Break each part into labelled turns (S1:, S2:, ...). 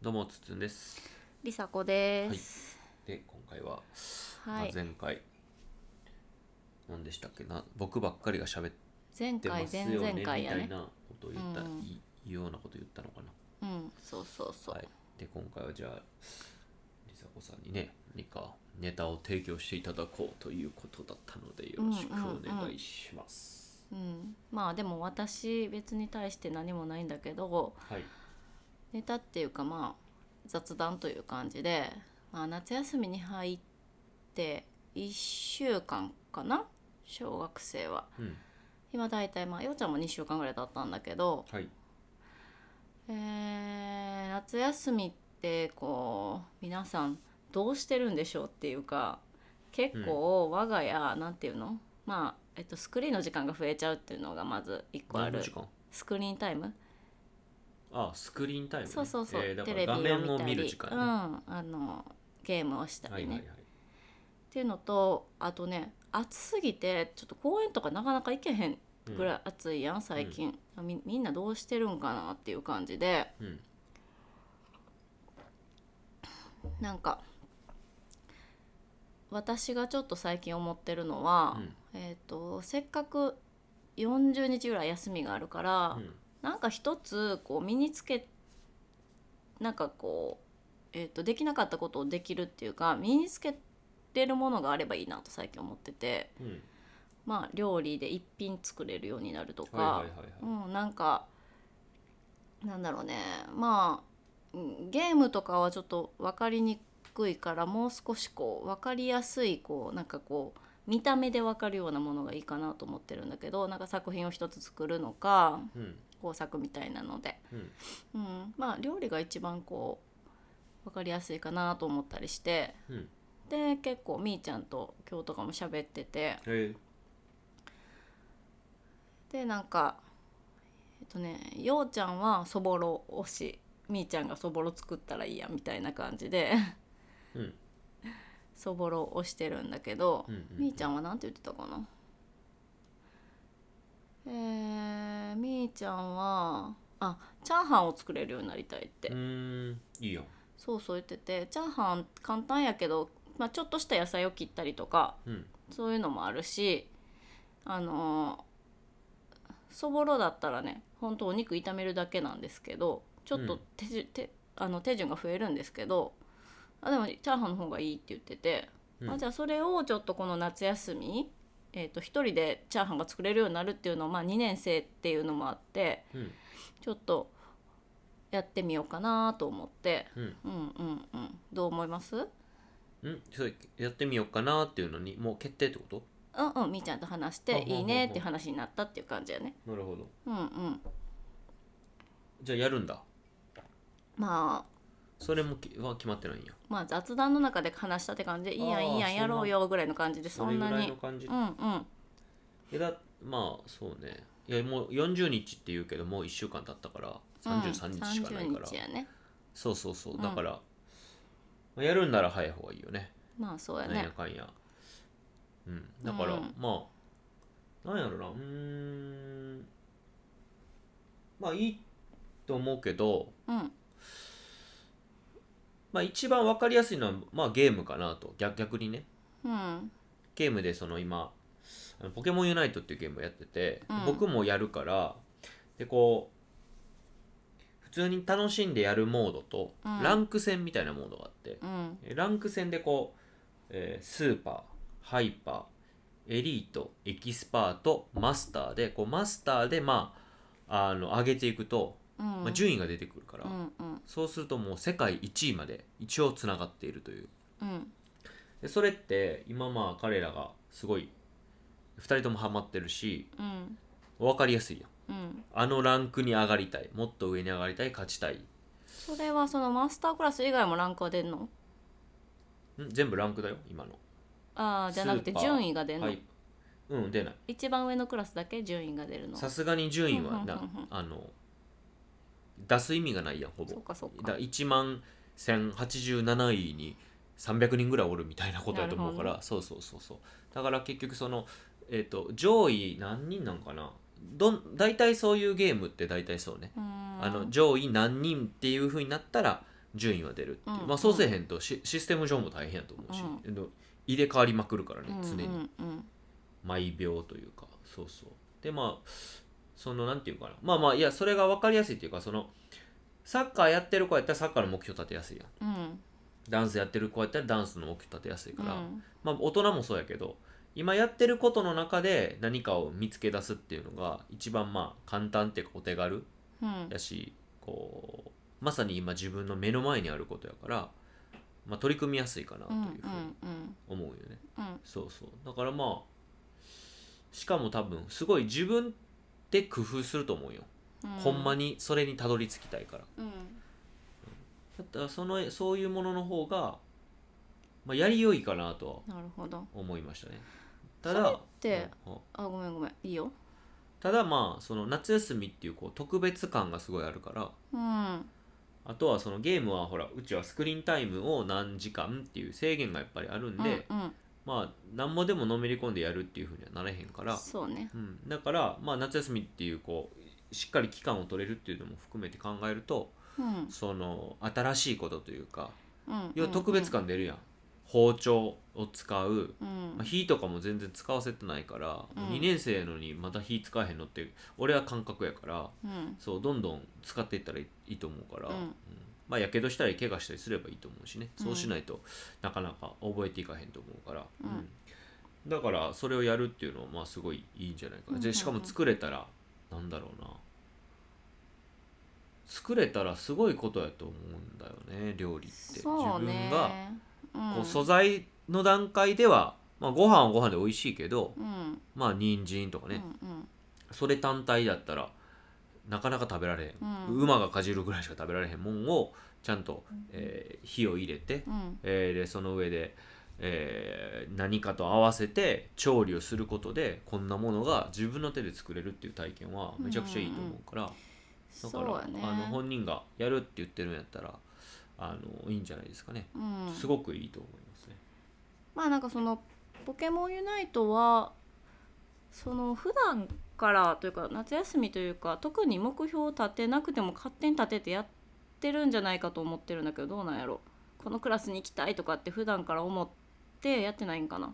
S1: どうもつっつんです。
S2: りさこです。
S1: で今回は、まあ
S2: はい。
S1: 前回何でしたっけな僕ばっかりが喋っ
S2: 前
S1: てま
S2: 回
S1: すよね
S2: 前々回や
S1: みたい
S2: ね。
S1: なことを言った、
S2: うん
S1: いいようなこと言ったのかな。
S2: うん、そうそうそう。
S1: はい。で今回はじゃありさこさんにね何かネタを提供していただこうということだったのでよろしくお願いします。
S2: うん、まあでも私別に対して何もないんだけど
S1: はい。
S2: ネタっていうかまあ雑談という感じで、まあ、夏休みに入って1週間かな小学生は
S1: うん。
S2: 今大体まあようちゃんも2週間ぐらい経ったんだけど、
S1: はい。
S2: えー夏休みってこう皆さんどうしてるんでしょうっていうか結構我が家、なんていうのまあ、えっと、スクリーンの時間が増えちゃうっていうのがまず一個あ
S1: 何の
S2: る
S1: 時間？
S2: スクリーンタイム
S1: あスクリーンタイムね、
S2: そうそうそう、
S1: えーだか
S2: テ
S1: ら
S2: レビ
S1: 画面
S2: を
S1: を
S2: 見た
S1: 見
S2: り
S1: る時間、
S2: う
S1: ね
S2: ん、あのゲームをした
S1: はい
S2: りね、
S1: はいはい。
S2: っていうのとあとね暑すぎてちょっと公園とかなかなか行けへん
S1: うん
S2: ぐらい暑いやん最近、みみんなどうしてるんかなっていう感じで。
S1: うん。
S2: なんか私がちょっと最近思ってるのは、
S1: うん
S2: えー、とせっかく40日ぐらい休みがあるから、
S1: うん。
S2: なんか一つこう身につけなんかこう、えー、とできなかったことをできるっていうか身につけれるものがあればいいなと最近思ってて
S1: うん。
S2: まあ料理で一品作れるようになるとか、
S1: はいはいはいはい。
S2: うん、なんかなんだろうねまあうんゲームとかはちょっと分かりにくいからもう少しこう分かりやすいこうなんかこう見た目で分かるようなものがいいかなと思ってるんだけどなんか作品を一つ作るのか
S1: うん
S2: 工作みたいなので、
S1: うん
S2: うん、まあ料理が一番こう分かりやすいかなと思ったりして
S1: うん。
S2: で結構みーちゃんと今日とかも喋ってて。
S1: え
S2: でなんかえっとねようちゃんはそぼろ推しみーちゃんがそぼろ作ったらいいやみたいな感じで
S1: ー、うん
S2: そぼろ推してるんだけど、
S1: うんうん。
S2: みーちゃんは何て言ってたかなえー、みーちゃんはあチャーハンを作れるようになりたいって、
S1: うーん。いいよ。
S2: そうそう言っててチャーハン簡単やけど、まあ、ちょっとした野菜を切ったりとか
S1: うん。
S2: そういうのもあるしあのーそぼろだったらねほんとお肉炒めるだけなんですけどちょっ
S1: う
S2: と
S1: ん
S2: 手,、手あの手順が増えるんですけどあでもチャーハンの方がいいって言ってて、
S1: うん
S2: あじゃあそれをちょっとこの夏休み、えー、と一人でチャーハンが作れるようになるっていうのを、まあ、2年生っていうのもあって
S1: うん。
S2: ちょっとやってみようかなと思って、
S1: うん。
S2: うんうんうん、どう思います
S1: うん。それやってみようかなっていうのに、もう決定ってこと
S2: うんうん、みーちゃんと話し
S1: ほう
S2: て
S1: ほうほうほう
S2: いいねっていう話になったっていう感じやね。
S1: なるほど。
S2: うんうん、
S1: じゃあやるんだ。
S2: まあ
S1: それもきは決まってないんや。
S2: まあ雑談の中で話したって感じでいいや
S1: あー
S2: んいいやん
S1: そんな
S2: やろうよぐらいの感じでそんな
S1: れぐらい
S2: に
S1: の感じ。
S2: うんうん
S1: えだ、まあ、そうね。いや、もう40日って言うけど、もう1週間経ったから、33日しかないから
S2: 30日。やね
S1: そうそうそう。
S2: ん
S1: だから、まあやるんなら早い方がいいよね。
S2: まあそうや
S1: なんや
S2: ね
S1: かんや。うん。だから、
S2: うん
S1: まあ、なんやろな。うーん。まあ、いいと思うけど、
S2: うん
S1: まあ、一番わかりやすいのは、まあ、ゲームかなと。逆逆にね。
S2: うん
S1: ゲームで、その今、あのポケモンユナイトっていうゲームをやってて、
S2: うん
S1: 僕もやるから、で、こう、普通に楽しんでやるモードと、
S2: うん
S1: ランク戦みたいなモードがあって、
S2: うん
S1: えーランク戦でこう、えースーパーハイパーエリートエキスパートマスターでこうマスターでまああの上げていくと、
S2: うん
S1: まあ、順位が出てくるから、
S2: うんうん
S1: そうするともう世界1位まで一応つながっているという
S2: うん
S1: でそれって今まあ彼らがすごい2人ともハマってるし
S2: うん
S1: 分かりやすいやん
S2: うん
S1: あのランクに上がりたいもっと上に上がりたい勝ちたいん
S2: それはそのマスタークラス以外もランクは出んの
S1: 全部ランクだよ今の
S2: ああじゃなくて
S1: スーパー
S2: 順位が出んの、
S1: はいうん出ない
S2: 一番上のクラスだけ順位が出るの
S1: さすがに順位は
S2: うん
S1: な
S2: うんうんうん
S1: あの出す意味がないやんほぼ
S2: そうかそう
S1: だ
S2: か
S1: 1万1087位に300人ぐらいおるみたいなことやと思うか
S2: なる
S1: ら、そうそうそうそうだから結局その、えー、と上位何人なんかなどん大体そういうゲームって大体そうね、
S2: うーん
S1: あの上位何人っていう風になったら順位は出るっていう、
S2: うん
S1: まあ、そうせえへんとシシステム上も大変やと思うし、えっと入れ替わりまくるからね常に、
S2: うんうん
S1: 毎秒というかそうそうでまあそのなんていうかなまあまあいやそれが分かりやすいっていうかそのサッカーやってる子やったらサッカーの目標立てやすいやん
S2: うんうん
S1: ダンスやってる子やったらダンスの目標立てやすいから、
S2: うん
S1: まあ大人もそうやけど今やってることの中で何かを見つけ出すっていうのが一番まあ簡単っていうかお手軽
S2: うん
S1: やしこうまさに今自分の目の前にあることやから、まあ、取り組みやすいかなと
S2: う
S1: い
S2: ん
S1: うふ
S2: う
S1: うに
S2: んうん
S1: 思うよね。
S2: うん
S1: そうそうだからまあしかも多分すごい自分で工夫すると思うよ、
S2: うん
S1: ほんまにそれにたどり着きたいから
S2: うん
S1: だからそのそういうものの方が、まあ、やりよいかなとは
S2: なるほど
S1: 思いましたねただ
S2: それって
S1: うんうん
S2: あごめんごめんいいよ
S1: ただまあその夏休みっていうこう特別感がすごいあるから
S2: うん
S1: あとはそのゲームはほらうちはスクリーンタイムを何時間っていう制限がやっぱりあるんで、
S2: うん
S1: まあ何もでものめり込んでやるっていうふうにはなれへんか
S2: うん、
S1: ら
S2: そうね
S1: うん、だから、まあ、夏休みっていうこうしっかり期間を取れるっていうのも含めて考えると
S2: うん
S1: その新しいことというか
S2: うん
S1: 要は特別感出るやん、包丁を使う、
S2: うん
S1: まあ、火とかも全然使わせてないから、
S2: うん
S1: 2年生のにまた火使えへんのって俺は感覚やから
S2: うん
S1: そうどんどん使っていったらいいと思うから、
S2: うん
S1: まあやけどしたり怪我したりすればいいと思うしね
S2: うん
S1: そうしないとなかなか覚えていかへんと思うから、
S2: うん
S1: だからそれをやるっていうのはまあすごいいいんじゃないか
S2: うん
S1: な、
S2: うん
S1: でしかも作れたらなんだろうな作れたらすごいことやと思うんだよね料理って
S2: そうね
S1: 自分がこ
S2: う
S1: うん素材の段階では、まあ、ご飯はご飯で美味しいけど
S2: うん
S1: まあ人参とかね、
S2: うん
S1: それ単体だったらなかなか食べられへん
S2: うんうん
S1: 馬がかじるぐらいしか食べられへんもんをちゃんと、えー火を入れて、
S2: うん
S1: えーでその上で、えー何かと合わせて調理をすることでこんなものが自分の手で作れるっていう体験はめちゃくちゃいいと思うから、だ
S2: そ
S1: か
S2: う
S1: ら
S2: や、ね
S1: あの本人がやるって言ってるんやったらあのいいんじゃないですかね、
S2: うん
S1: すごくいいと思いますね。
S2: まあなんかそのポケモンユナイトはその普段からというか夏休みというか特に目標を立てなくても勝手に立ててやってるんじゃないかと思ってるんだけどどうなんやろこのクラスに行きたいとかって普段から思ってやってないんかな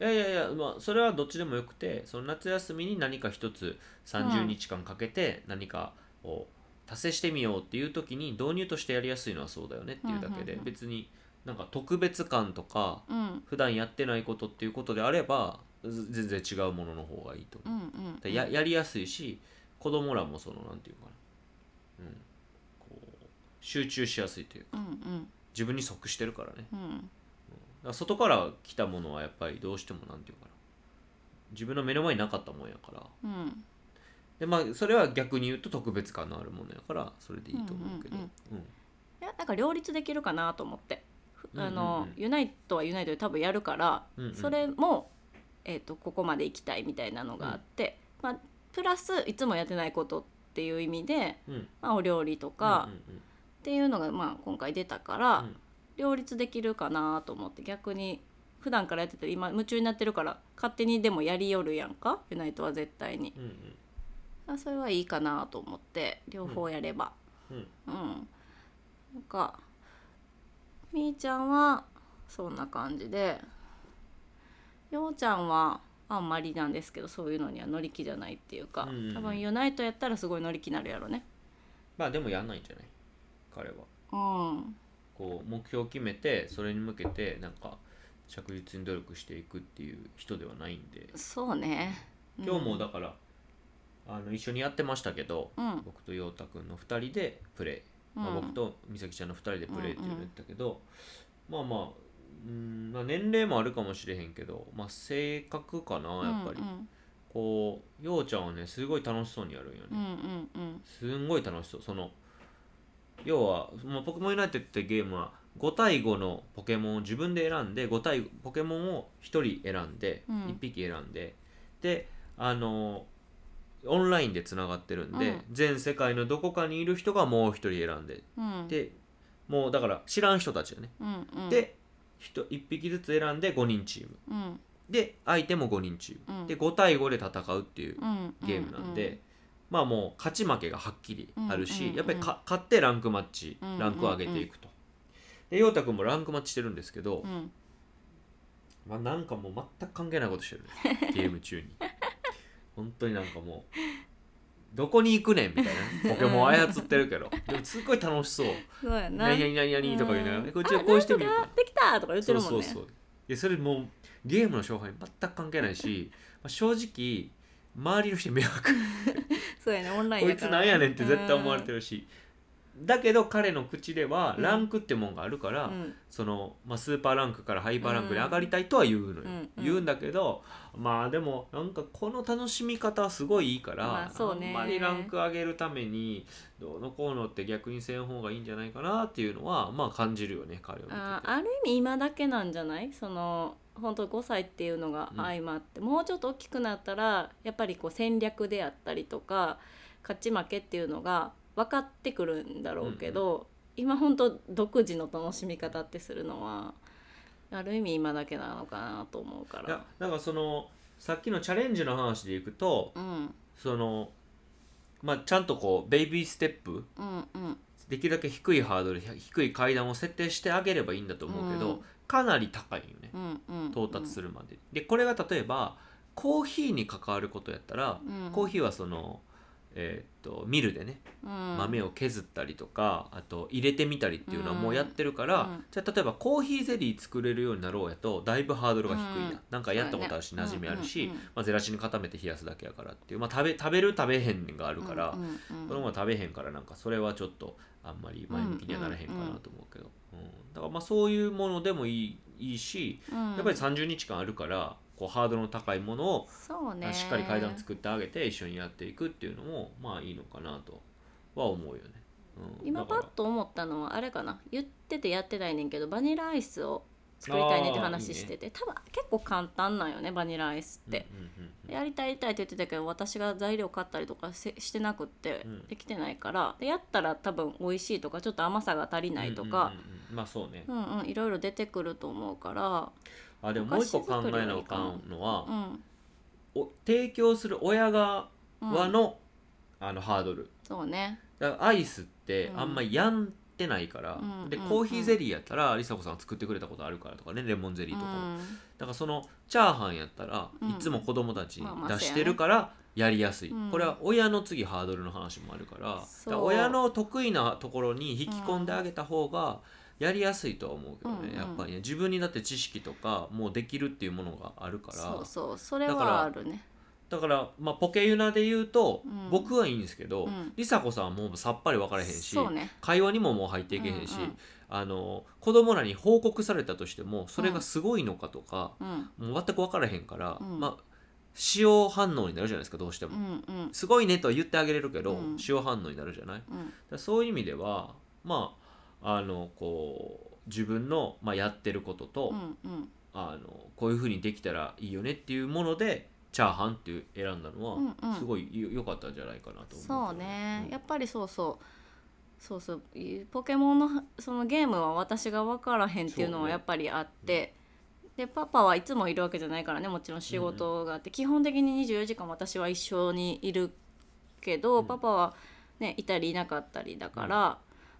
S2: い
S1: やいやいや、まあ、それはどっちでもよくてその夏休みに何か一つ30日間かけて何かを達成してみようっていう時に導入としてやりやすいのはそうだよねっていうだけで、
S2: うんうんうん
S1: 別になんか特別感とか
S2: うん
S1: 普段やってないことっていうことであればず全然違うものの方がいいと
S2: う
S1: 思う、
S2: んうん
S1: でややりやすいし子供らもそのなんていうかな、うん、こう集中しやすいというか
S2: うんうん
S1: 自分に即してるからね
S2: うん
S1: だから外から来たものはやっぱりどうしてもなんていうかな自分の目の前になかったもんやから
S2: うん
S1: でまあそれは逆に言うと特別感のあるものやからそれでいいと思うけど
S2: う
S1: うんん
S2: うんいやなんか両立できるかなと思ってふあ
S1: うん
S2: の、
S1: うんうん
S2: ユナイトはユナイトで多分やるから、
S1: うんうん
S2: それも、えー、とここまで行きたいみたいなのがあって、まあ、プラスいつもやってないことっていう意味で、
S1: うん
S2: まあ、お料理とか
S1: うんうんうん
S2: っていうのが、まあ、今回出たから、
S1: うん
S2: 両立できるかなと思って逆に普段からやってて今夢中になってるから勝手にでもやりよるやんかユナイトは絶対に
S1: うん
S2: あそれはいいかなと思って両方やれば。
S1: うんうん
S2: うん、なんかみーちゃんはそんな感じでようちゃんはあんまりなんですけどそういうのには乗り気じゃないっていうか、
S1: うん
S2: 多分ユナイトやったらすごい乗り気になるやろね。
S1: まあでもやんないんじゃない彼は
S2: うん
S1: こう目標を決めてそれに向けてなんか着実に努力していくっていう人ではないんで
S2: そうね。うん
S1: 今日もだから、あの一緒にやってましたけど、
S2: うん
S1: 僕と陽太くんの2人でプレイまあ、
S2: うん
S1: 僕と美咲ちゃんの2人でプレイっていうのやったけど、まあまあうーん、まあ、年齢もあるかもしれへんけど、まあ、性格かなやっぱり、
S2: うん
S1: こうようちゃんはねすごい楽しそうにやるんよね、
S2: うんうんうん
S1: すんごい楽しそうその要は、まあ、ポケモンユナイテッドってゲームは5対5のポケモンを自分で選んで5対5ポケモンを1人選んで、
S2: うん
S1: 1匹選んでであのオンラインでつながってるんで、
S2: うん
S1: 全世界のどこかにいる人がもう1人選んで
S2: うん
S1: でもうだから知らん人たちよね、
S2: うんうん
S1: で 1, 匹ずつ選んで5人チーム
S2: うん
S1: で相手も5人チーム、
S2: うん
S1: で5対5で戦うっていう
S2: うん
S1: ゲームなんで、、まあもう勝ち負けがはっきりある
S2: うんうん
S1: し
S2: うん
S1: やっぱりか勝ってランクマッチ
S2: うんうんうん
S1: ランクを上げていくと。で陽太君もランクマッチしてるんですけど
S2: う、ん
S1: まあ、なんかもう全く関係ないことしてるねゲーム中に本当になんかもうどこに行くねんみたい なねポケモン操ってるけどでもすっごい楽しそう
S2: そう
S1: 「
S2: やな
S1: 何々何々」とか言いながら
S2: うん
S1: ね「こっちはこうしてみよう
S2: あ
S1: かな
S2: な」
S1: ん
S2: とかできたとか言っ
S1: そ
S2: てる
S1: う
S2: もんね
S1: そうそういやそれもうゲームの勝敗に全く関係ないし、まあ、正直周りの人に迷惑
S2: そうやねオンライン
S1: こいつなんやねんって絶対思われて
S2: る
S1: るしだけど彼の口では
S2: うん
S1: ランクってもんがあるから、
S2: うん
S1: その、まあ、スーパーランクからハイパーランクに上がりたいとは言うのよ、
S2: うんうん
S1: 言うんだけどまあでもなんかこの楽しみ方はすごいいいから、
S2: まあそうね
S1: んまりランク上げるためにどうのこうのって逆にせん方がいいんじゃないかなっていうのはまあ感じるよね彼を見てて
S2: あーある意味今だけなんじゃないその本当5歳っていうのが相まって、もうちょっと大きくなったらやっぱりこう戦略であったりとか勝ち負けっていうのが分かってくるんだろうけど、今本当独自の楽しみ方ってするのはある意味今だけなのかなと思うか
S1: いや
S2: ら。
S1: だからそのさっきのチャレンジの話でいくと
S2: うん
S1: そのまあちゃんとこうベイビーステップ
S2: うんうん
S1: できるだけ低いハードルひゃ低い階段を設定してあげればいいんだと思うけど、
S2: うん
S1: かなり高いよね
S2: うんうん
S1: 到達す
S2: る、
S1: るまで、でこれが例えばコーヒーに関わることやったら、
S2: うん、
S1: コーヒーはそのえーっとミルでね
S2: うん
S1: 豆を削ったりとか、あと入れてみたりっていうのはもうやってるから、
S2: うん
S1: じゃあ例えばコーヒーゼリー作れるようになろうやとだいぶハードルが低いな、
S2: うん
S1: なんかやったことあるし、馴染みあるし、
S2: うんうんうん
S1: まあ、ゼラチンに固めて冷やすだけやからっていう、まあ、食べ食べる食べへんがあるから、
S2: うんうんうん
S1: このまま食べへんからなんかそれはちょっとあんまり前向きにはならへんかなと思うけど、うんだからまあそういうものでもいいいいし
S2: うん
S1: やっぱり30日間あるからこうハードルの高いものを
S2: そうね
S1: しっかり階段作ってあげて一緒にやっていくっていうのもまあいいのかなとは思うよね。うん、
S2: 今
S1: だ
S2: パ
S1: から
S2: ッと思ったのはあれかな言っててやってないねんけどバニラアイスを作りたいねって話してて多分結構簡単なんよねバニラアイスって、
S1: うんうんうんうん
S2: やりたいやりたいって言ってたけど私が材料買ったりとかせしてなくって
S1: うん
S2: できてないからでやったら多分美味しいとかちょっと甘さが足りないとか、
S1: うんうんうんまあそうね
S2: うんうんいろいろ出てくると思うから
S1: あでももう一個考えなあかんのは、
S2: うん
S1: お提供する親側
S2: うん
S1: の,、あのハードル
S2: そうね
S1: だからアイスって
S2: うん
S1: あんまやんってないから、
S2: うん
S1: で
S2: うん
S1: コーヒーゼリーやったらりさこさんが作ってくれたことあるからとかねレモンゼリーとかも、だからそのチャーハンやったら
S2: うん
S1: いつも子供たちに
S2: まあまあ
S1: 出してるからやりやすい、
S2: うん
S1: これは親の次ハードルの話もあるからだ
S2: そう
S1: から親の得意なところに引き込んであげた方がやりやすいとは思うけどね、
S2: うんうん
S1: やっぱりね自分にだって知識とかもうできるっていうものがあるから
S2: そうそうそれ
S1: だから
S2: はあるね
S1: だから、まあ、ポケユナで言うと、
S2: うん
S1: 僕はいいんですけど、
S2: うん
S1: りさこさんはもうさっぱり分からへんし、
S2: そうね
S1: 会話にももう入っていけへんし、
S2: うんうん
S1: あの子供らに報告されたとしてもそれがすごいのかとか、
S2: うん
S1: もう全く分からへんから、
S2: うん
S1: まあ使用反応になるじゃないですかどうして
S2: う
S1: も、
S2: んうん
S1: すごいねとは言ってあげれるけど、
S2: うん
S1: 使用反応になるじゃないだか
S2: うん
S1: らそういう意味ではまああのこう自分の、まあ、やってることと、
S2: うんうん
S1: あのこういうふうにできたらいいよねっていうものでチャーハンっていう選んだのは、
S2: うんうん
S1: すごいよ良かったんじゃないかなと思う
S2: そう
S1: けど
S2: ね、
S1: ん
S2: やっぱりそうそうそうそういポケモンのそのゲームは私が分からへんっていう
S1: そ
S2: の
S1: う
S2: は
S1: ね
S2: やっぱりあって、でパパはいつもいるわけじゃないからねもちろん仕事があって、基本的に24時間私は一緒にいるけど、
S1: うん
S2: パパは、ね、いたりいなかったりだから、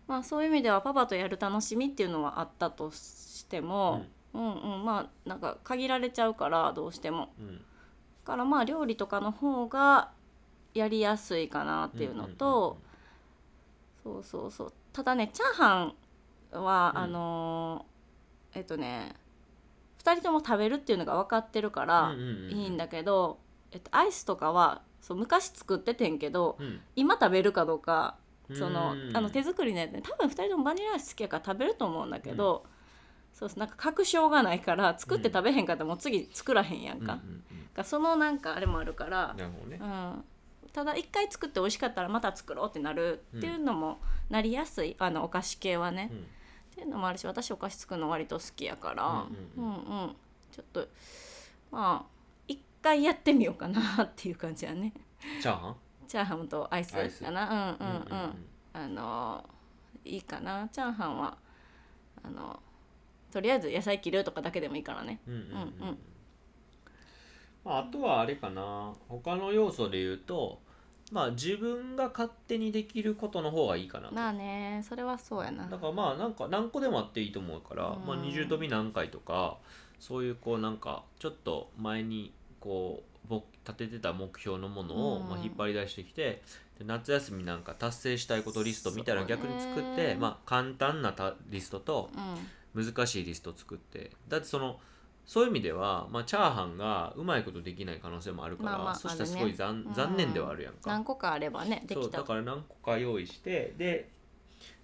S2: まあ、そういう意味ではパパとやる楽しみっていうのはあったとしても、うん、うんまあなんか限られちゃうからどうしても。
S1: うんうん
S2: だからまあ料理とかの方がやりやすいかなっていうのと、そうそうそうただねチャーハンは、
S1: うん
S2: あのーえっとね2人とも食べるっていうのが分かってるか
S1: うん
S2: ら
S1: うんうんうん
S2: いいんだけど、えっと、アイスとかはそう昔作っててんけど
S1: うん
S2: 今食べるかどうかその
S1: うん
S2: あの手作りのやつね多分2人ともバニラアイス好きやから食べると思うんだけど、そうそうなんか確証がないから作って食べへんかったらもう次作らへんや
S1: う
S2: ん
S1: んうん
S2: か。
S1: うん
S2: がそのなんかあれもあるから、
S1: なるほどね
S2: うん、ただ一回作って美味しかったらまた作ろうってなるっていうのもなりやすい、あのお菓子系はね、
S1: う
S2: っ
S1: ん
S2: ていうのもあるし私お菓子作るの割と好きやからう
S1: うん
S2: ん
S1: う
S2: うんん、ちょっとまあ一回やってみようかなっていう感じやね
S1: チャーハン
S2: チャーハンとアイス
S1: アイス
S2: かなうんうんうん、
S1: うん
S2: あのいいかなチャーハンはあのとりあえず野菜切るとかだけでもいいからね
S1: うんうんうんうん
S2: うんう
S1: うん
S2: ん
S1: まああとはあれかな他の要素で言うとまあ自分が勝手にできることの方がいいかなと
S2: まあねそれはそうやな
S1: だからまあなんか何個でもあっていいと思うから、
S2: うん
S1: まあ、20跳び何回とかそういうこうなんかちょっと前にこうぼ立ててた目標のものを
S2: うん
S1: まあ引っ張り出してきて、で夏休みなんか達成したいことリストみたいなのを逆に作っ
S2: そう
S1: て、
S2: ね
S1: まあ、簡単なたリストと
S2: う
S1: 難しいリストを作ってだってそのそういう意味では、まあ、チャーハンがうまいことできない可能性もあるから、
S2: まあまあ
S1: そしたら
S2: ある
S1: す
S2: ね
S1: ごい残,、
S2: ん
S1: 残念ではあるやんか。
S2: 何個かあればねで
S1: そ
S2: き
S1: うだ
S2: た
S1: から何個か用意してで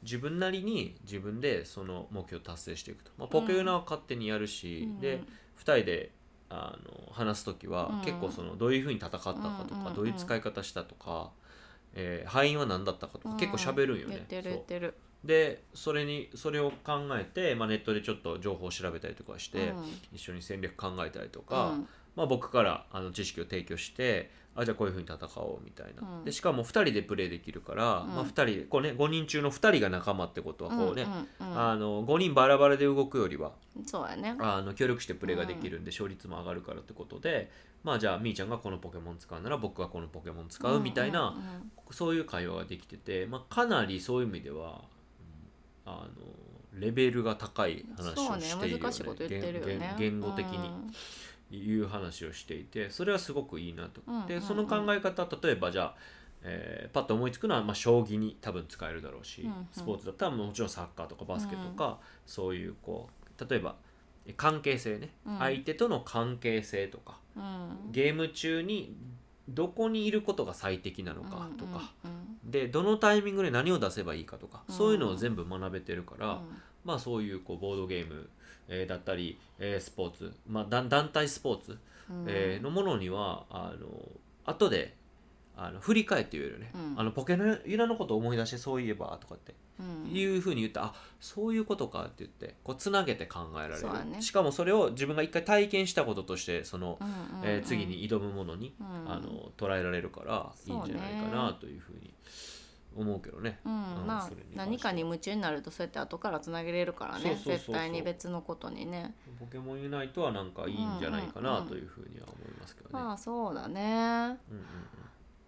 S1: 自分なりに自分でその目標を達成していくと、まあ、ポケユナは勝手にやるし、
S2: うん
S1: で2人であの話す時は
S2: うん
S1: 結構そのどういうふうに戦ったかとか、
S2: うんうんうん
S1: どういう使い方したとか、えー敗因は何だったかとか結構喋るんよ
S2: うん
S1: ね
S2: 言っ。てる
S1: そ
S2: 言
S1: う
S2: ってる
S1: でそれにそれを考えて、まあ、ネットでちょっと情報を調べたりとかして、
S2: うん
S1: 一緒に戦略考えたりとか。
S2: うん
S1: まあ、僕からあの知識を提供してあじゃあこういうふうに戦おうみたいな、
S2: うん
S1: でしかも2人でプレーできるから、
S2: うん
S1: まあ、2人こう、ね、5人中の2人が仲間ってことはこうね、
S2: うんうんうん
S1: あの5人バラバラで動くよりは
S2: そうやね
S1: あの協力してプレーができるんで勝率も上がるからってことで、まあじゃあみーちゃんがこのポケモン使うなら僕がこのポケモン使うみたいな、
S2: んうんうん
S1: そういう会話ができてて、まあ、かなりそういう意味ではうんあのレベルが高い話
S2: そう
S1: をしているよね
S2: ね難しいこと言ってるよね
S1: 言言言語的に。
S2: うん
S1: いう話をしていてそれはすごくいいなと、
S2: うんう
S1: で
S2: ん
S1: その考え方例えばじゃあ、えーパッと思いつくのは、まあ、将棋に多分使えるだろうし、
S2: うんうん
S1: スポーツだったらもちろんサッカーとかバスケとか、そういうこう例えばえ関係性ね、
S2: うん
S1: 相手との関係性とか
S2: うん
S1: ゲーム中にどこにいることが最適なのかとか、
S2: うんうん
S1: でどのタイミングで何を出せばいいかとか、
S2: うん
S1: そういうのを全部学べてるか
S2: う
S1: ら、
S2: ん
S1: まあ、そういうこうボードゲーム、えーだったり、えースポーツ、まあ、だ団体スポーツ
S2: うん
S1: えーのものにはあの後であの振り返って言えるね、
S2: うん
S1: あのポケのユナのこと思い出してそういえばとかって、
S2: うん
S1: いうふうに言ったあそういうことかって言ってこうつなげて考えられ
S2: そうだ
S1: る、
S2: ね
S1: しかもそれを自分が一回体験したこととしてその、
S2: うんうん
S1: えー次に挑むものに、
S2: うん
S1: あの捉えられるからいいんじゃないかなというふうに思うけどね。
S2: うん
S1: うん
S2: まあ
S1: それに関しては
S2: 何かに夢中になるとそうやって後からつなげれるから
S1: そう
S2: ね
S1: そうそうそう
S2: 絶対に別のことにね
S1: ポケモンユナイトはなんかいいんじゃないかなというふうには思いますけどね。
S2: まあそうだね
S1: うんうんうん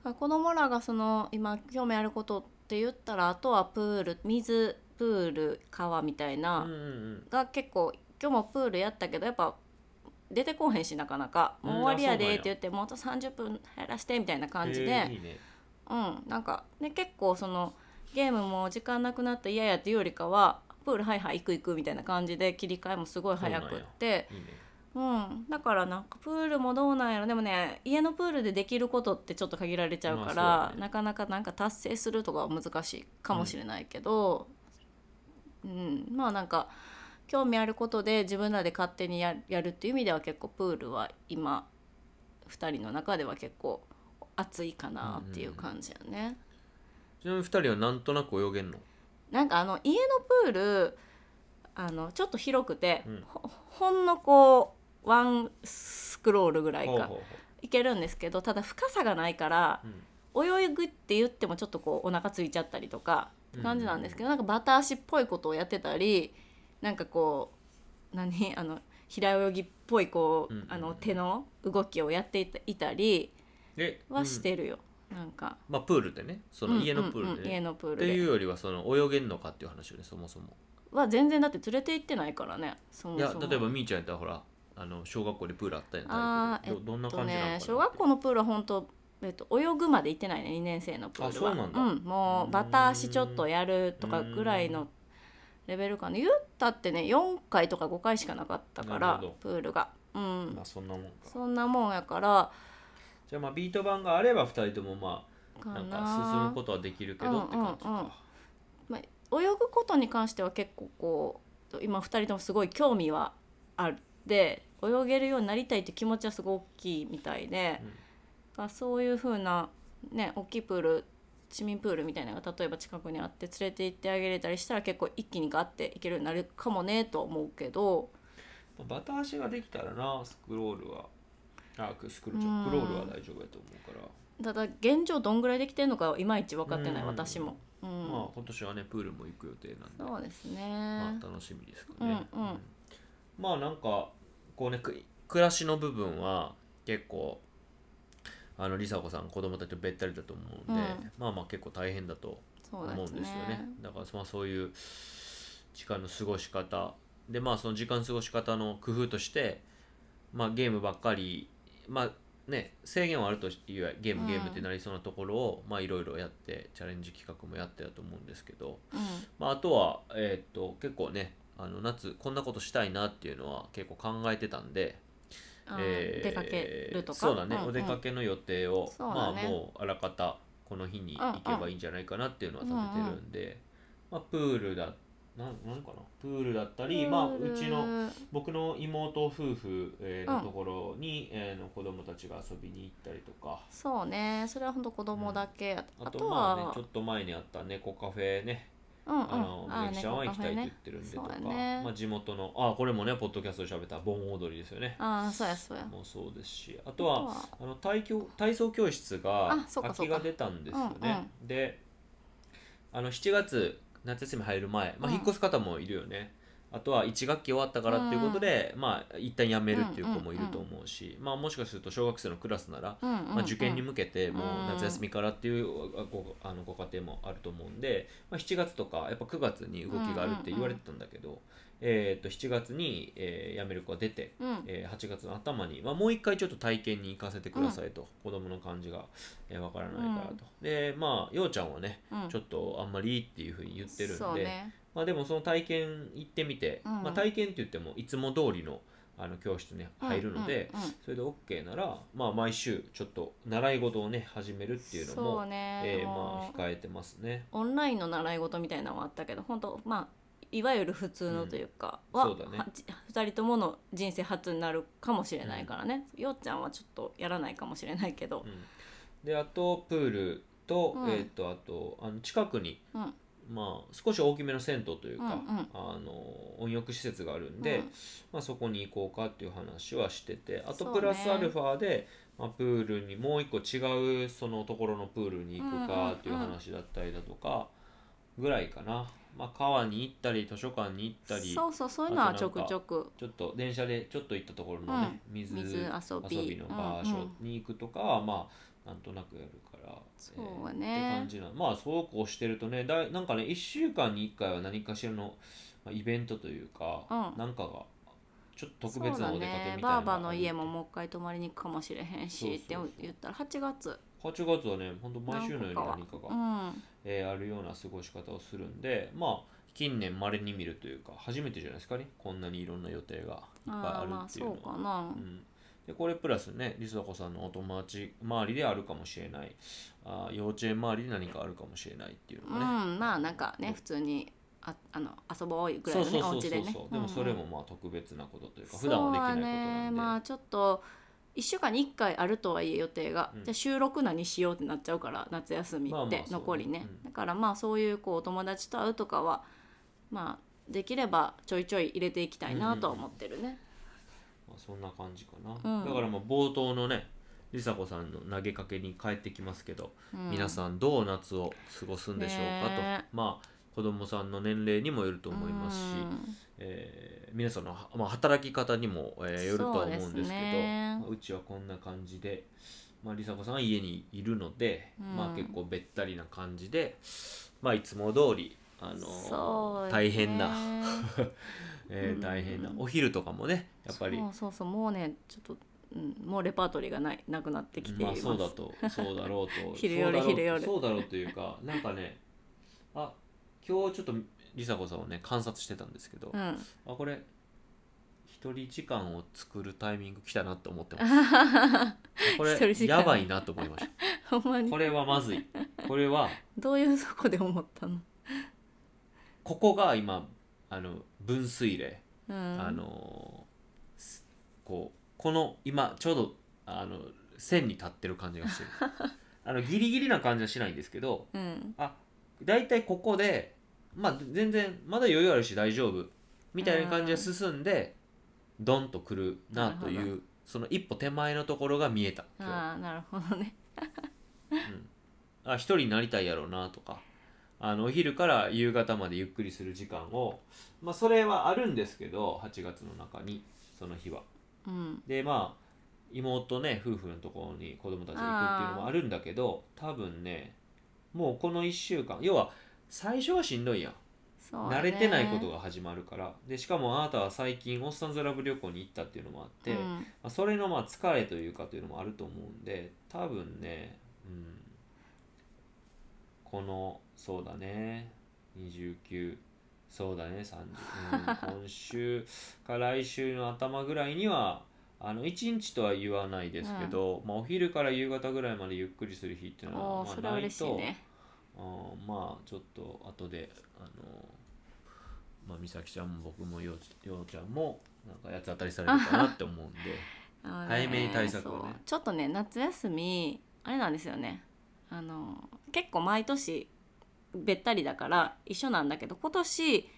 S2: 子供らがその今興味あることって言ったらあとはプール水プール川みたいな、
S1: うんうんうん
S2: が結構今日もプールやったけどやっぱ出てこうへんしなかなか「もう終わりや
S1: うんあそうなん
S2: で」
S1: や
S2: って言って「もうあと30分減らして」みたいな感じで、
S1: えーいいね
S2: うんなんかね結構そのゲームも時間なくなって嫌やっていうよりかは「プールはいはい行く行く」みたいな感じで切り替えもすごい早くって
S1: いいね
S2: うん、だからなんかプールもどうなんやろでもね家のプールでできることってちょっと限られちゃうから、
S1: まあそうだね
S2: なかなかなんか達成するとかは難しいかもしれないけど、うんまあなんか興味あることで自分らで勝手にややるっていう意味では結構プールは今2人の中では結構熱いかなっていう感じやね。
S1: ちなみに2人はなんとなく泳げんの
S2: なんかあの家のプールあのちょっと広くて、
S1: うん
S2: ほほんのこうワンスクロールぐらいか。
S1: ほうほうほ
S2: いけるんですけどただ深さがないから
S1: ううん
S2: 泳ぐって言ってもちょっとこうお腹ついちゃったりとか
S1: うん
S2: 感じなんですけど、なんかバタ足っぽいことをやってたりなんかこう何 あの平泳ぎっぽいこ
S1: う
S2: う、
S1: んうんうん
S2: あの手の動きをやっていたいたり
S1: で
S2: はしてるよ、なんか
S1: うんまあ、プールでねその家のプー
S2: うん
S1: ルで
S2: うんうん
S1: ね、
S2: 家のプ
S1: っ
S2: ール
S1: てい
S2: で
S1: うよりはその泳げんのかっていう話よねそもそも
S2: は全然だって連れて行ってないからねそも
S1: いや
S2: そも
S1: 例えばみーちゃんやったらほらあの小学校でプールあったやん
S2: あー
S1: 体育でどどんな
S2: えっと
S1: 感じなのかな
S2: ね
S1: って
S2: 小学校のプールは本当えっと、泳ぐまで行ってないね2年生のプールは
S1: あそうなんだ
S2: もうバタ足ちょっとやるとかぐらいのレベルかな言ったってね4回とか5回しかなかったか
S1: なる
S2: ら
S1: ほど
S2: プールがうん
S1: まあそんなもんか
S2: そんなもんやから
S1: じゃあまあビート板があれば2人ともまあ
S2: か
S1: な
S2: な,、
S1: んか進むことはできるけどって感じ
S2: うんうんうん
S1: か
S2: まあ、泳ぐことに関しては結構こう今2人ともすごい興味はあって泳げるようになりたいって気持ちはすごい大きいみたいで、
S1: うん
S2: まあそういう風なね大きいプール市民プールみたいなのが例えば近くにあって連れて行ってあげれたりしたら結構一気にガッて行けるようになるかもねとは思うけど
S1: まあバタ足ができたらなスクロールはあくスクロール
S2: うん
S1: クロールは大丈夫やと思うから、
S2: ただ現状どんぐらいできてるのかはいまいち分かってない
S1: うん
S2: 私も、うん
S1: まあ今年はねプールも行く予定なんで
S2: そうです
S1: ま
S2: ね
S1: あ、楽しみですかね、
S2: うんうん
S1: まあなんかこうねく暮らしの部分は結構あの梨紗子さん子供たちとべったりだと思うんで、
S2: うん
S1: まあまあ結構大変だと
S2: そう
S1: 思うん
S2: で
S1: ですす
S2: ね
S1: よねだからまあそういう時間の過ごし方でまあその時間過ごし方の工夫としてまあゲームばっかりまあね制限はあるといえゲー
S2: う
S1: ム
S2: ん
S1: ゲームってなりそうなところを、まあいろいろやってチャレンジ企画もやってだと思うんですけど、
S2: う
S1: まあ、あとは、えーっと結構ねあの夏こんなことしたいなっていうのは結構考えてたんで、
S2: んあー
S1: えー
S2: 出かけるとか
S1: そうだね、
S2: んん
S1: お出かけの予定を、
S2: そう
S1: ま
S2: だ
S1: あ
S2: ね
S1: もうあらかたこの日に行けばいいんじゃないかなっていうのは立ててるんで、まあ、プールだなんなんかなプールだったり、まあ、
S2: プール
S1: うちの僕の妹夫婦、えー
S2: うん
S1: のところに、えーの子供たちが遊びに行ったりとか。
S2: そうねそれは本当子供だけ、あ
S1: あと
S2: と
S1: まあ
S2: は
S1: ね、ちょっと前にあった猫カフェね、
S2: うんうん
S1: あの、
S2: あ
S1: みゆきちゃんは行きたいって
S2: ね
S1: 言ってるんでと
S2: そう
S1: か、
S2: やね
S1: まあ、地元の、あ、これもね、ポッドキャストで喋った盆踊りですよね。
S2: ああそうやそうや
S1: もうそうですし、あ
S2: あ
S1: とは、あの体教体操教室が
S2: あそうか
S1: 空
S2: そう
S1: き
S2: か
S1: が出たんですよね。で、あの7月夏休み入る前、まあ
S2: うん
S1: 引っ越す方もいるよね。あとは1学期終わったからっていうことで、まあ一旦辞めるっていう子もいると思うし、まあもしかすると小学生のクラスなら。
S2: うんうんうん
S1: まあ、受験に向けてもう
S2: うん
S1: 夏休みからっていうあごあのご家庭もあると思うんで、まあ、7月とかやっぱ9月に動きがあるって言われてたんだけど、えー、と7月に、えー辞める子が出て、
S2: うん
S1: えー8月の頭に、まあ、もう一回ちょっと体験に行かせてくださいと、子供の感じがわ、えーわからないからと、でまあようちゃんはね
S2: うん
S1: ちょっとあんまりいいっていうふうに言ってるんで、
S2: そうね
S1: まあ、でもその体験行ってみて、
S2: うん
S1: まあ、体験って言ってもいつも通りのあの教室に入るので、
S2: うんうんうん
S1: それで OK なら、まあ、毎週ちょっと習い事をね始めるっていうの
S2: そ
S1: も
S2: うね、
S1: えーま
S2: も
S1: あ
S2: う
S1: 控えてますね。
S2: オンラインの習い事みたいなのはあったけど本当まあいわゆる普通のというか、
S1: うん
S2: は
S1: そうだね
S2: はじ2人ともの人生初になるかもしれないからね、ようちゃんはちょっとやらないかもしれないけど
S1: う、ん、であとプールと,、
S2: うん
S1: えー、とあとあの近くに、
S2: うん
S1: まあ、少し大きめの銭湯というか、
S2: うんうん
S1: あの温浴施設があるんで、
S2: うん
S1: まあ、そこに行こうかっていう話はしててあと
S2: そうね
S1: プラスアルファで、まあ、プールにもう一個違うそのところのプールに行くかっていう話だったりだとかぐらいかな、まあ、川に行ったり図書館に行ったり
S2: そうそうそういうのは
S1: あ
S2: ち
S1: とな
S2: ょ
S1: んか
S2: くちょく
S1: ちょっと電車でちょっと行ったところのね、水
S2: 水遊び
S1: 遊びの場所に行くとかは、まあなんとなくやるから、
S2: そう
S1: えーって
S2: ね
S1: 感じなまあそうこうしてるとねだいなんかね1週間に1回は何かしらの、まあ、イベントというか、
S2: うん
S1: なんかがちょっと
S2: そ
S1: 特
S2: う
S1: 別な
S2: だ
S1: お出かけ
S2: ね
S1: みたいな
S2: ばあ
S1: の
S2: ば
S1: が
S2: の
S1: ある
S2: 家ももう一回泊まりに行くかもしれへんし
S1: そうそうそう
S2: って言ったら8月
S1: 8月はねほんと毎週のように何かが
S2: うん
S1: えーあるような過ごし方をするんでまあ近年まれに見るというか初めてじゃないですかねこんなにいろんな予定がいっ
S2: あ
S1: ぱ
S2: ー
S1: いあ
S2: ま
S1: る
S2: あ
S1: っていう
S2: そ
S1: の
S2: う
S1: は
S2: かな
S1: うん、でこれプラスねりさこさんのお友達周りであるかもしれないあー幼稚園周りで何かあるかもしれないっていう
S2: う
S1: のがね、
S2: んまあなんかね
S1: うん
S2: 普通にああの遊ぼうぐら
S1: そ
S2: いうの
S1: そう
S2: ね
S1: そうそうそ
S2: お家で
S1: う、
S2: ね
S1: でもそれ
S2: うんうん
S1: もまあ特別なことというか普段はできないこと
S2: そう
S1: な
S2: だね
S1: んで、
S2: まあちょっと1週間に1回あるとはいえ予定が、
S1: うん
S2: じゃあ収録何しようってなっちゃうから夏休みって、
S1: まあまあそうね
S2: 残りね、
S1: うん
S2: だからまあそういうこうお友達と会うとかはまあできればちょいちょい入れていきたいなとは思ってるね、
S1: まあそんな感じかな、
S2: うん
S1: だからまあ冒頭のねりさこさんの投げかけに帰ってきますけど、
S2: うん
S1: 皆さんどう夏を過ごすんでしょうかと、
S2: ね
S1: まあ子供さんの年齢にもよると思いますし、
S2: うん
S1: えー皆さんのは、まあ、働き方にも、えーよるとは思うんですけ
S2: そうで
S1: ど
S2: すね
S1: まあうちはこんな感じで、まあ、梨紗子さんは家にいるので、
S2: うん
S1: まあ、結構べったりな感じで、まあ、いつも通りあの
S2: そうね
S1: 大 変な、えー
S2: うん
S1: 大変なお昼とかもねやっぱり
S2: そうそうそうもうねちょっと、うん、もうレパートリーがないなくなってきてい
S1: ま
S2: ま
S1: あ
S2: す、
S1: そうだとそうだろうと
S2: 昼夜昼夜
S1: そうだろうそうだろうというかなんかねあ今日ちょっと梨紗子さんをね観察してたんですけど、
S2: うん、
S1: あこれ一人時間を作るタイミング来たなと思ってます あこ
S2: 一人
S1: れ
S2: 時間
S1: やばいなと思いま した
S2: ほんまに
S1: これはまずいこれは
S2: どういうとこで思ったの,、
S1: ここが今あの分水嶺、
S2: うん、
S1: あのすこうこの今ちょうどあの線に立ってる感じがしてる あのギリギリな感じはしないんですけど
S2: うん
S1: あ大体ここでまあ全然まだ余裕あるし大丈夫みたいな感じで進んでドンとくるなと
S2: なる
S1: いうその一歩手前のところが見えた今日
S2: ああなるほどね
S1: あ一人になりたいやろうなとかあのお昼から夕方までゆっくりする時間をまあそれはあるんですけど8月の中にその日は
S2: うん
S1: でまあ妹ね夫婦のところに子供たちが行くっていうのもあるんだけど多分ねもうこの1週間要は最初はしんどいやん
S2: そうだね
S1: 慣れてないことが始まるからでしかもあなたは最近オッサンズラブ旅行に行ったっていうのもあって、
S2: う
S1: ま
S2: ん
S1: あ、それのまあ疲れというかというのもあると思うんで多分ね、うん、このそうだね29そうだね30、うん 今週か来週の頭ぐらいにはあの1日とは言わないですけど、まあ、お昼から夕方ぐらいまでゆっくりする日っていうの
S2: お
S1: は
S2: ー
S1: ま
S2: それ
S1: あ
S2: は
S1: ない
S2: 嬉しい
S1: と。
S2: ね
S1: あーまあちょっと後であのまあ美咲ちゃんも僕もようようちゃんもなんか八つ当たりされるかなって思うんで
S2: あのね
S1: 早めに対策をね
S2: そうちょっとね夏休みあれなんですよねあの結構毎年べったりだから一緒なんだけど今年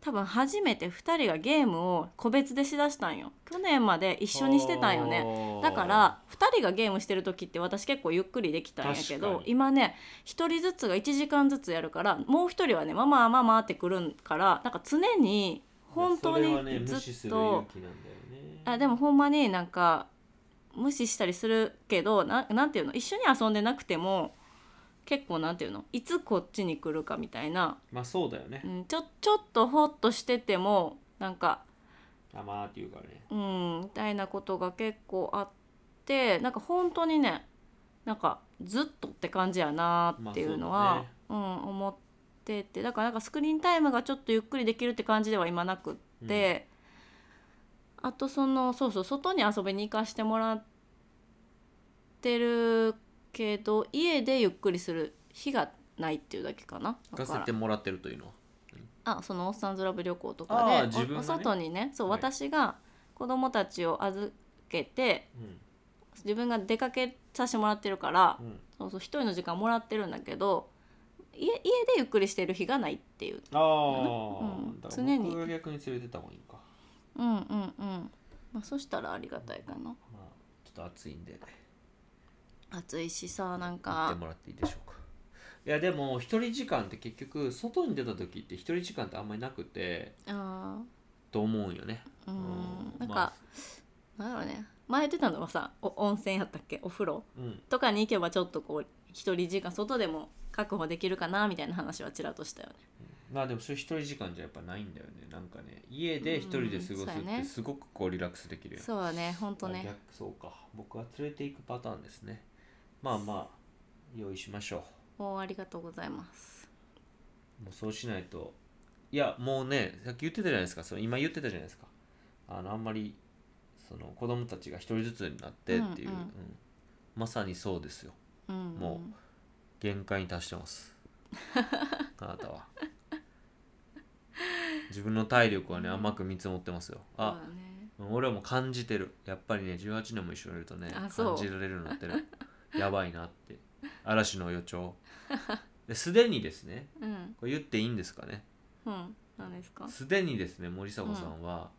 S2: 多分初めて2人がゲームを個別でしだしたんよ去年ま で一緒にしてたんよね
S1: ね
S2: だから2人がゲームしてる時って私結構ゆっくりできたんやけ
S1: 確か
S2: ど
S1: に
S2: 今ね1人ずつが1時間ずつやるからもう1人はね「ママママ」ってくるんからなんか常に本当にずっと、あでもほんまになんか無視したりするけどななんていうの一緒に遊んでなくても結構なんていうのいつこっちに来るかみたいな、
S1: まあそうだよね
S2: うん、ちょちょっとホッとしててもなんか
S1: たまーっていうからね
S2: うん、みたいなことが結構あってなんか本当にねなんかずっとって感じやなっていうのは、うん、思っててだからなんかスクリーンタイムがちょっとゆっくりできるって感じでは今なくって、あとそのそうそう外に遊びに行かしてもらってるけど家でゆっくりする日がないっていうだけかな。だ
S1: 行
S2: か
S1: からせてもらってるというのは
S2: あその「おっさんずラブ旅行」と
S1: あ
S2: か
S1: あ
S2: で
S1: 自分がね
S2: おお外にねそう、
S1: はい
S2: 私が子供たちを預けて
S1: う
S2: 自分が出かけさせてもらってるから、
S1: んうん
S2: そうそう一人の時間もらってるんだけど家家でゆっくりしてる日がないっていう
S1: ああ、
S2: うん
S1: だから
S2: 常に
S1: 僕が逆に連れてった方がいいのか
S2: うんうんうん、まあ、そしたらありがたいかな
S1: まあちょっと暑いんで
S2: 暑いしさなん
S1: 行って
S2: か
S1: もらっていいでしょうかいやでも一人時間って結局外に出た時って一人時間ってあんまりなくて
S2: あ
S1: と思うんよね
S2: ーう
S1: うん
S2: なんか、
S1: まあ
S2: なんだろうね前言ってたのはさお温泉やったっけお風呂
S1: うん
S2: とかに行けばちょっとこう一人時間外でも確保できるかなみたいな話はちらっとしたよね
S1: まあでもそういう一人時間じゃやっぱないんだよねなんかね家で一人で過ご
S2: うん
S1: す
S2: そう
S1: っ
S2: やね
S1: てすごくこうリラックスできるよ、
S2: そうだね本当
S1: まあ
S2: ね
S1: 逆そうか僕は連れていくパターンですねまあまあ用意しましょう
S2: もうありがとうございます
S1: もうそうしないといやもうねさっき言ってたじゃないですかその今言ってたじゃないですかあのあんまりその子供たちが一人ずつになってっていう、
S2: うんうん
S1: うんまさにそうですよ
S2: うん、
S1: も限界に達してます あなたは自分の体力はね甘く見積もってますよ
S2: あ
S1: あ、俺はもう感じてるやっぱりね18年も一緒にいるとね
S2: あそう
S1: 感じられるようになってるやばいなって嵐の予 兆ですでにですね
S2: そうだね
S1: これ言っていいんですかね
S2: うんうん何ですか
S1: すでにですね森迫さんは、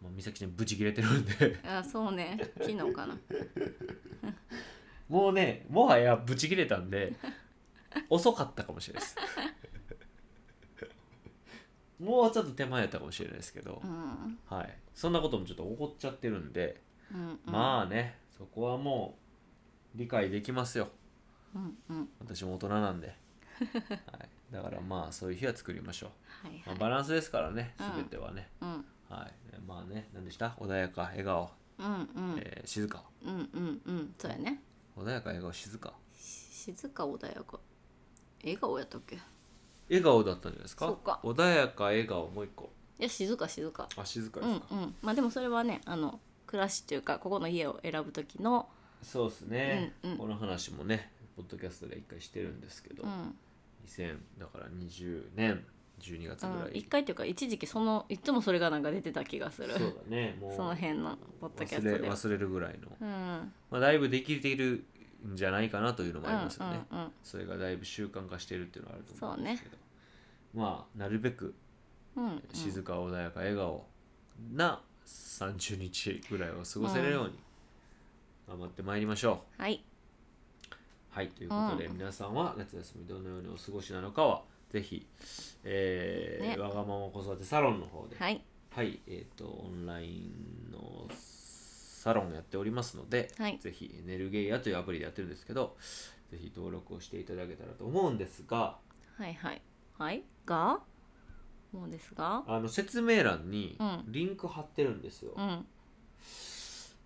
S1: もう美咲ちゃんブチ切れてるんで
S2: あそうね昨日かな
S1: もうねもはやブチ切れたん で遅かったかもしれないですもうちょっと手前やったかもしれないですけど
S2: う、ん
S1: はいそんなこともちょっと怒っちゃってるんで、
S2: うん
S1: まあねそこはもう理解できますよ
S2: あうんうん
S1: 私も大人なん で、はい、だからまあそういう日は作りましょう、
S2: はい
S1: ま
S2: は
S1: あ
S2: い
S1: バランスですからね
S2: うん
S1: 全てはね、
S2: うん
S1: はいまあね何でした穏やか笑顔、
S2: うんうん
S1: えー静か
S2: うんうんうんそうやね
S1: 穏やか笑顔静か
S2: し静か穏やか笑顔やったっけい
S1: 笑顔だったんじゃないですか
S2: そうか
S1: 穏やか笑顔もう一個
S2: や静か静か
S1: あ静か
S2: うんうんまあでもそれはねあの暮らしっていうかここの家を選ぶ時の
S1: そうですね、
S2: うんうん
S1: この話もねポッドキャストで一回してるんですけど、
S2: うん
S1: 2000だから20年12月
S2: う
S1: ぐ
S2: ん
S1: らい、
S2: 一回というか一時期そのいつもそれがなんか出てた気がする
S1: そうだねもう
S2: その辺のポッドキャス
S1: 忘
S2: ト
S1: れ
S2: で
S1: 忘れるぐらいの、
S2: うん
S1: まあ、だいぶできているんじゃないかなというのもあります
S2: う
S1: よね、
S2: んうんうん
S1: それがだいぶ習慣化しているっていうのはあると思うんですけど、まあなるべく
S2: うんうん
S1: 静か穏やか笑顔な30日ぐらいを過ごせるように頑張ってまいりましょう、
S2: はい
S1: はいということで、
S2: う
S1: 皆さんは夏休みどのようにお過ごしなのかはぜひ、えー
S2: ね
S1: わがまま子育てサロンの方では
S2: はい
S1: い、えっ、とオンラインのサロンをやっておりますので、
S2: はい
S1: ぜひエネルゲイヤというアプリでやってるんですけどぜひ登録をしていただけたらと思うんですが
S2: はいはいはいがもうですが
S1: あの説明欄に
S2: うん
S1: リンク貼ってるんですよ、
S2: うん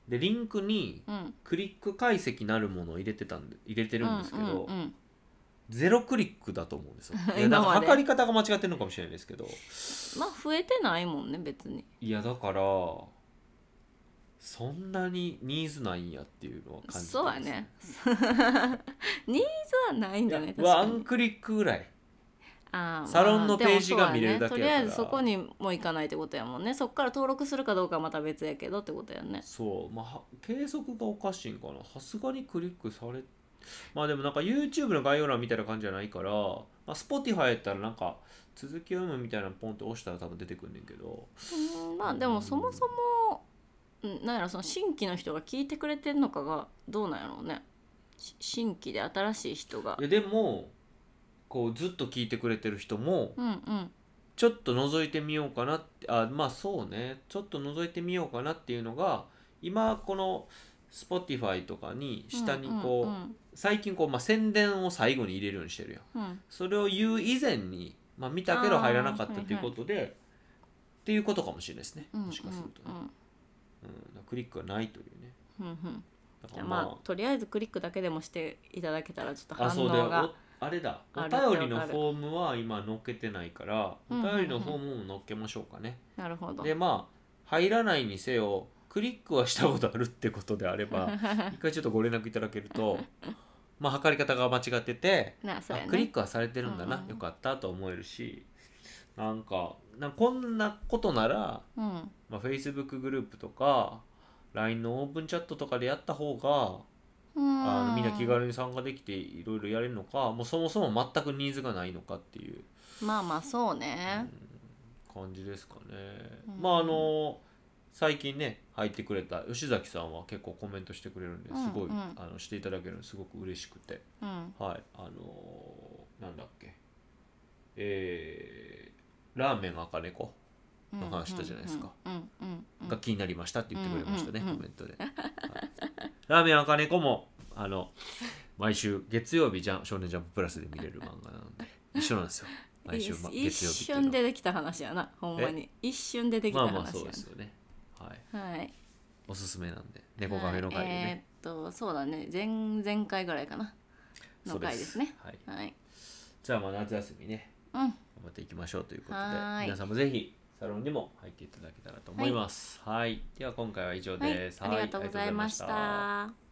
S1: でリンクに
S2: うん
S1: クリック解析なるものを入れてたんで入れてるんですけど、
S2: うんうんうん
S1: ゼロクリックだと思うんです よいや
S2: 今
S1: なんか
S2: まで
S1: 測り方が間違ってるのかもしれないですけど
S2: まあ増えてないもんね別に
S1: いやだからそんなにニーズないんやっていうのは感じて
S2: そう
S1: ま
S2: や
S1: す
S2: ね ニーズはないん
S1: い
S2: だ
S1: や
S2: ね確
S1: ワ
S2: か
S1: ン
S2: に
S1: クリックぐらい
S2: あー
S1: サロンの
S2: まあでも
S1: ページが見れるだけ
S2: そう
S1: やから
S2: やねとりあえずそこにも行かないってことやもんねそこから登録するかどうかはまた別やけどってことやね
S1: そうまあは計測がおかしいんかなさすがにクリックされまあでもなんか YouTube の概要欄みたいな感じじゃないから、まあ、Spotify やったらなんか続きを読むみたいなのポンって押したら多分出てくんねんけど
S2: うんまあでもそもそもうんなんやろその新規の人が聞いてくれてんのかがどうなんやろうねし新規で新しい人が
S1: いやでもこうずっと聞いてくれてる人も
S2: うんうん
S1: ちょっと覗いてみようかなってあまあそうねちょっと覗いてみようかなっていうのが今この Spotify とかに下にこう,、
S2: うん
S1: 最近こう、まあ、宣伝を最後に入れるようにしてるやん
S2: うんうん
S1: それを言う以前に、まあ、見たけど入らなかったということで、っていうことかもしれないですね
S2: うんうん
S1: もしかするとね、
S2: う
S1: うんだ
S2: ん
S1: からクリックがないというね
S2: うんうん
S1: だか
S2: じゃ
S1: ら
S2: あ
S1: まあ
S2: まあとりあえずクリックだけでもしていただけたらちょっと
S1: あ
S2: 反
S1: そう
S2: 応
S1: だよ
S2: が
S1: おあれだお
S2: あるってわかる
S1: 便りのフォームは今載っけてないからお
S2: うんうんうん
S1: 便りのフォームも載っけましょうかね、
S2: なるほど
S1: でまあ入らないにせよクリックはしたことあるってことであれば一回ちょっとご連絡いただけるとまあ測り方が間違ってて
S2: なそうや
S1: あクリッ
S2: ね
S1: クはされてるんだな、
S2: うんうん
S1: よかったと思えるしなんかなんかこんなことなら、
S2: うん
S1: まあ、Facebook グループとか LINE のオープンチャットとかでやった方があのみんな気軽に参加できていろいろやれるのかもうそもそも全くニーズがないのかっていう
S2: まあまあそうね
S1: 感じですかね、
S2: うん
S1: まああの最近ね入ってくれた吉崎さんは結構コメントしてくれるんですごい、
S2: うんうん
S1: あのしていただけるのすごく嬉しくて
S2: うん
S1: はいあのーなんだっけえーラーメン赤猫
S2: うん
S1: の話したじゃないですか
S2: うんうんうん
S1: が気になりましたって言ってくれましたね、
S2: うんうんうん
S1: コメントで、はいラーメン赤猫もあの毎週月曜日じゃん少年ジャンププラスで見れる漫画なので一緒なんですよ毎週、ま、
S2: いいっ
S1: 月
S2: す
S1: 曜
S2: 一
S1: 日っていうの
S2: 瞬出てきた話やなほんまに一瞬出てきた
S1: は
S2: 話
S1: ま
S2: や
S1: あ
S2: な、
S1: まあそうですよねはい
S2: はい
S1: おすすめなんで猫カフェの
S2: は
S1: 会
S2: い
S1: でね、
S2: えーっとそうだね前前回ぐらいかな
S1: そ
S2: の
S1: うで
S2: 回
S1: す
S2: ですね
S1: はい、
S2: はい
S1: じゃあまあ夏休みね
S2: うん
S1: 頑張っていきましょうということで
S2: はい
S1: 皆さんもぜひサロンにも入っていただけたらと思いますはい、では今回は以上
S2: は
S1: で
S2: い
S1: す、
S2: ありがとうございまし
S1: ありがとうございました
S2: た